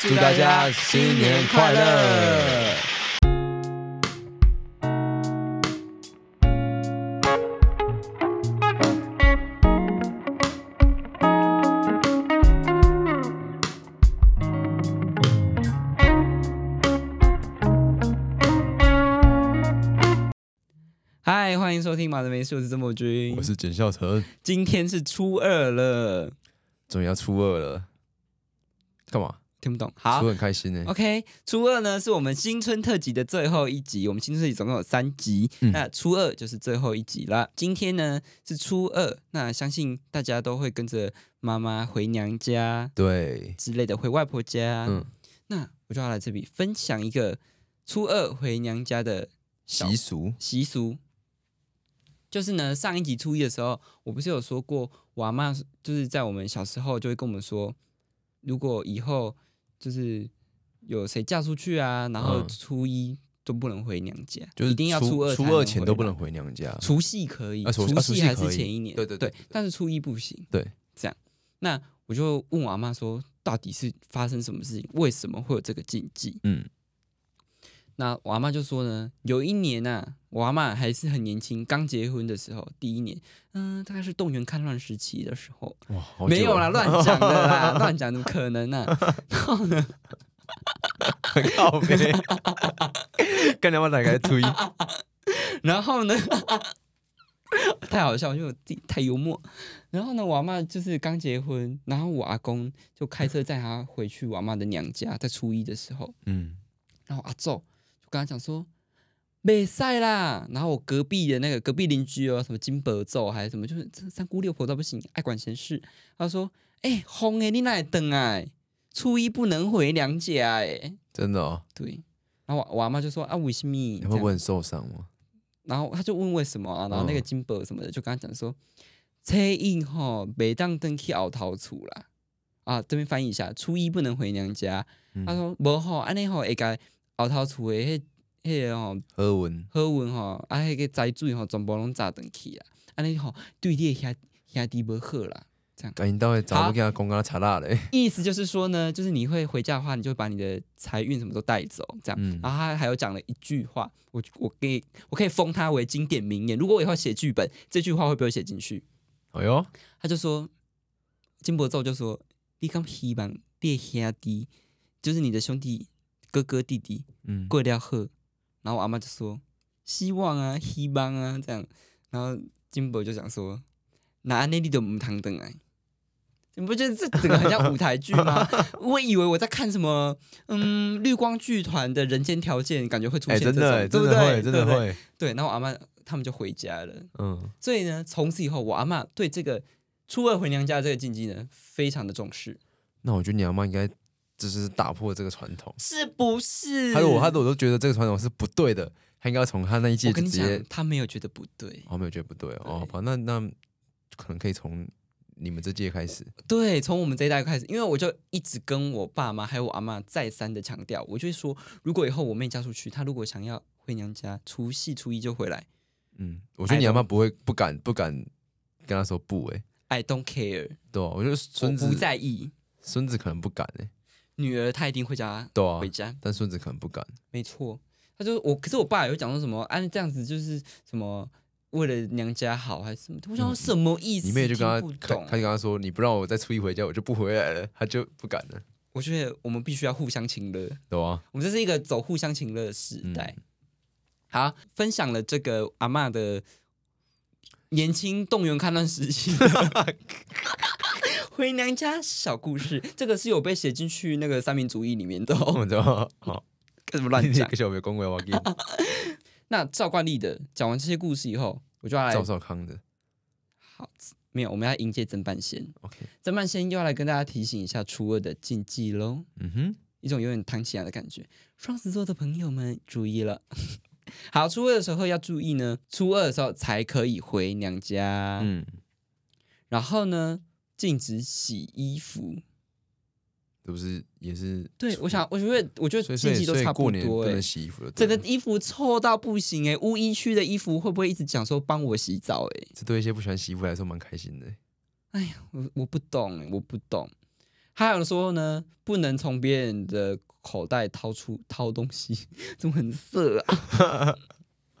祝大家新年快乐！嗨，欢迎收听《马德梅数字这么君我》，是简孝成，今天是初二了，终于要初二了，干嘛？听不懂。初好二很开心呢、 ，OK，初二呢是我们新春特辑的最后一集，我们新春特辑总共有三集，嗯那初二就是最后一集啦。今天呢是初二，那相信大家都会跟着妈妈回娘家对，之类的，回外婆家。嗯，那我就要来这里分享一个初二回娘家的小习俗，习俗，就是呢，上一集初一的时候，我不是有说过，我阿妈就是在我们小时候就会跟我们说，如果以后就是有谁嫁出去啊，然后嗯初一都不能回娘家，就是一定要初二初初二前都不能。回娘家。除夕可以，啊除除啊除夕还可是以前一年，对对对对对但是初一不行。对，这样，那我就问我阿妈说，到底是发生什么事情？为什么会有这个禁忌？嗯，那我阿妈就说呢，有一年呐、我阿妈还是很年轻，刚结婚的时候，第一年，嗯、大概是动员戡乱时期的时候，哇，好久啊没有啦， 了，乱讲的啦，乱讲怎么可能啊呢、然后呢，靠背，干娘妈打开推，然后呢， 太好笑，因为我自己太幽默。然后呢，我阿妈就是刚结婚，然后我阿公就开车载她回去我阿妈的娘家，在初一的时候，嗯，然后阿昼就跟他讲说，没赛啦。然后我隔壁的那个隔壁邻居哦，什么金箔咒还是什么，就是这三姑六婆都不行，爱管闲事。他说，哎、欸，红诶，你哪会等哎？初一不能回娘家哎。真的哦，对。然后我我阿妈就说啊，为什么？你会不会很受伤吗？然后他就问为什么啊？然后那个嗯金箔什么的就跟他讲说，车印吼北当登去熬逃出啦。啊，这边翻译一下，初一不能回娘家。嗯他说无吼，安尼吼会甲后头厝的迄迄个吼何文，好运吼，啊迄个灾水吼全部拢炸断去啊，安尼吼对你的兄兄弟无好啦。赶紧到位，找好不给他公跟他查辣嘞，意思就是说呢，就是你会回家的话，你就会把你的财运什么都带走，这样。嗯然后他还有讲了一句话，我我可以我可以封它为经典名言。如果我以后写剧本，这句话会不会写进去？哎呦，他就说，金伯奏就说，你刚希望你的兄弟，就是你的兄弟哥哥弟弟 嗯，过得要好。然后我阿妈就说，希望啊，希望啊，这样。然后金伯就想说，那安内你都唔通等来。你不觉得这整个很像舞台剧 吗？我以为我在看什么，嗯，绿光剧团的《人间条件》，感觉会出哎，现这真种，的对欸，真不的会，对？真的对不对。会，对，然后我阿妈他们就回家了。嗯，所以呢，从此以后，我阿嬷对这个初二回娘家这个禁忌呢，非常的重视，那我觉得你阿妈应该就是打破这个传统。是不是？他如果他我都觉得这个传统是不对的，他应该从他那一届我就跟直你接讲，，他没有觉得不对，哦，没有觉得不对对哦，好吧，那那可能可以从你们这届开始，对，从我们这一代开始，因为我就一直跟我爸妈还有我阿嬷再三的强调，我就会说，如果以后我妹嫁出去，她如果想要回娘家，除夕初一就回来嗯，我觉得 I 你阿妈不会不敢不敢跟他说不哎、 ，I don't care，对啊，我觉得我孙子不在意，孙子可能不敢哎、女儿她一定会家对啊回，家，但孙子可能不敢，没错，他就我，可是我爸有讲说什么，啊，这样子就是什么为了娘家好还是什么的，我想说什么意思？嗯你妹就跟他听不他懂他。就跟他说你不让我再初一回家我就不回来了，他就不敢了，我觉得我们必须要互相情乐，对啊，我们这是一个走互相情乐的时代。好，分享了这个阿嬷的年轻动员戡乱时期的回娘家小故 事，这个是有被写进去那个三民主义里面的、哦，我 知道，好， 干什么乱那讲个？小别公维我给你 那照惯例的，讲完这些故事以后，我就要来赵少康的好，没有，我们要迎接曾半仙。 ，OK，曾半仙又要来跟大家提醒一下初二的禁忌喽，嗯哼，一种有点唐奇雅的感觉。双子座的朋友们注意了， 好，初二的时候要注意呢，初二的时候才可以回娘家，嗯，然后呢，禁止洗衣服。这不是也是对，初我想，我觉得，我觉所得以禁所以忌都所以差过不年多不哎、能洗衣服了，整个对啊衣服臭到不行哎、乌衣区的衣服会不会一直讲说帮我洗澡哎、欸这对一些不喜欢洗衣服来说蛮开心的。我我不懂欸，我不懂。还有说呢，不能从别人的口袋掏出掏东西，怎么很色啊？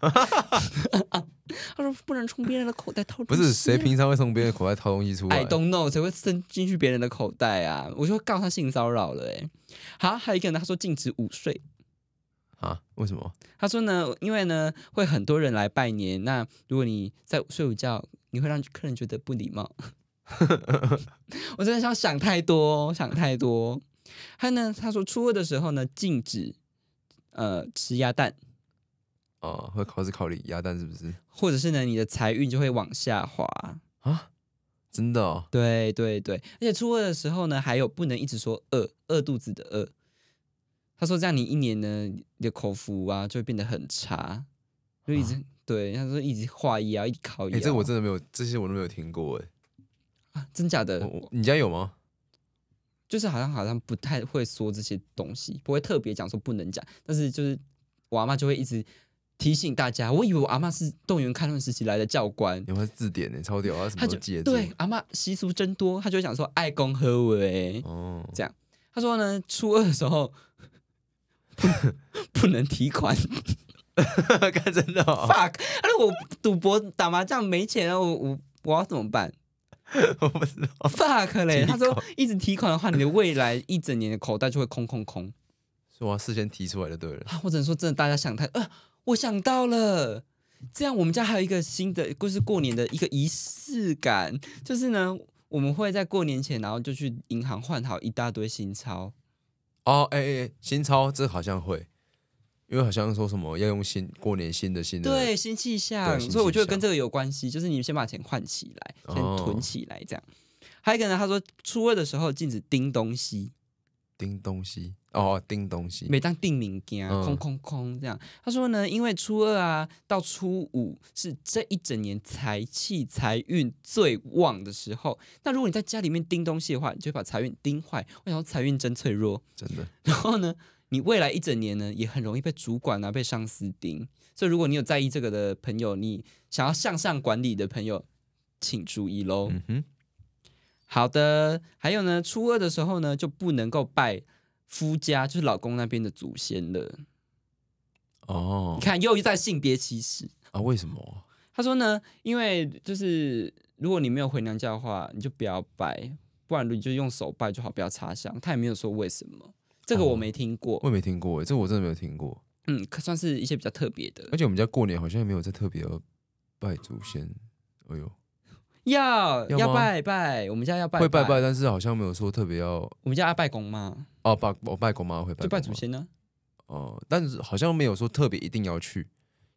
他说不能从别人的口袋掏不东西啊、是谁啊平常会从别人口袋掏东西出来 I？don't know，谁会伸进去别人的口袋啊？我就会告他性骚扰了、欸。哎，好，还有一个呢，他说禁止午睡。啊？为什么？他说呢，因为呢会很多人来拜年，那如果你在睡午觉，你会让客人觉得不礼貌。 我真的想想太多，想太多。还有呢，他说初二的时候呢，禁止呃吃鸭蛋，哦，会考试考你鸭蛋是不是？或者是呢你的财运就会往下滑。啊，真的哦，对对对，而且初二的时候呢，还有不能一直说饿饿肚子的饿。他说这样你一年呢，你的口服啊就会变得很差，就一直、对他说一直化药，一直靠哎、药。啊这个我真的没有，这些我都没有听过哎、啊，真假的我，我你家有吗？就是好像好像不太会说这些东西，不会特别讲说不能讲，但是就是我阿妈就会一直提醒大家。我以为我阿妈是动员开论时期来的教官，有没有字典呢、超屌啊，什她么就都戒指？对阿妈习俗真多，她就会讲说爱公和 为。 哦，她说呢，初二的时候不不能提款看真的、哦， ，fuck！她说我赌博打麻将没钱了，我我我要怎么办？我不知道， fuck 嘞！哦提她说一直提款的话，你的未来一整年的口袋就会空空空。所以我要事先提出来就对了。啊，我只能说真的，大家想太呃，我想到了，这样我们家还有一个新的，就是过年的一个仪式感，就是呢，我们会在过年前，然后就去银行换好一大堆新钞，哦，哎、哎、哎，新钞这好像会，因为好像说什么要用新过年新的新的，对，新气象，新所以我气觉得跟象这个有关系，就是你先把钱换起来，先哦囤起来，这样。还有一个呢，他说初二的时候禁止叮东西，叮东西，哦，叮东西，每当定名件啊，嗯空空空这样。他说呢，因为初二啊到初五是这一整年财气财运最旺的时候。那如果你在家里面盯东西的话，你就会把财运盯坏。我想说财运真脆弱。真的然后呢，你未来一整年呢也很容易被主管啊、被上司盯。所以如果你有在意这个的朋友，你想要向上管理的朋友，请注意喽。嗯哼，好的，还有呢，初二的时候呢就不能够拜夫家，就是老公那边的祖先了。哦你，看，又在性别歧视。啊，为什么？他说呢，因为就是如果你没有回娘家的话，你就不要拜，不然你就用手拜就好，不要插香。他也没有说为什么，这个我没听过。我也没听过哎，这我真的没有听过。嗯，可算是一些比较特别的而。且我们家过年好像也没有在特别要拜祖先，哎呦，要要吗要拜拜，我们家要拜会拜拜，，但是好像没有说特别要我们家要拜公妈，哦，拜我拜公妈会拜就拜公祖妈先呢。哦、但是好像没有说特别一定要去，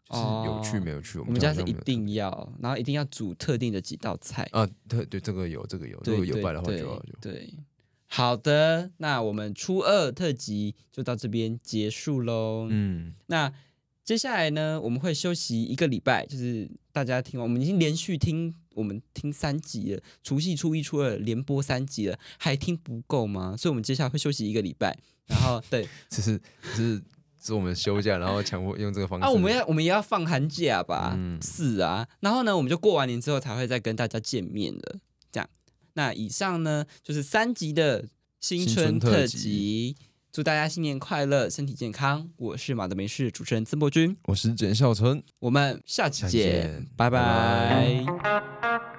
就是有去哦没有去，我们家好是像一没有定要，然后一定要煮特定的几道菜。啊，特对这个有这个有，如对果有拜的话对就要有。对对好的，那我们初二特辑就到这边结束喽。嗯，那接下来呢，我们会休息一个礼拜，就是大家听完，我们已经连续听，我们听三集了，除夕、初一、初二连播三集了，还听不够吗？所以我们接下来会休息一个礼拜，然后对，只是只是是我们休假，然后强迫用这个方式。啊，我们要我们也要放寒假吧，嗯是啊，然后呢，我们就过完年之后才会再跟大家见面的，这样。那以上呢就是三集的新新春春特特辑辑，祝大家新年快乐，身体健康。我是马德梅市主持人曾博君。我是简孝成。我们下期下见，期见拜拜。拜拜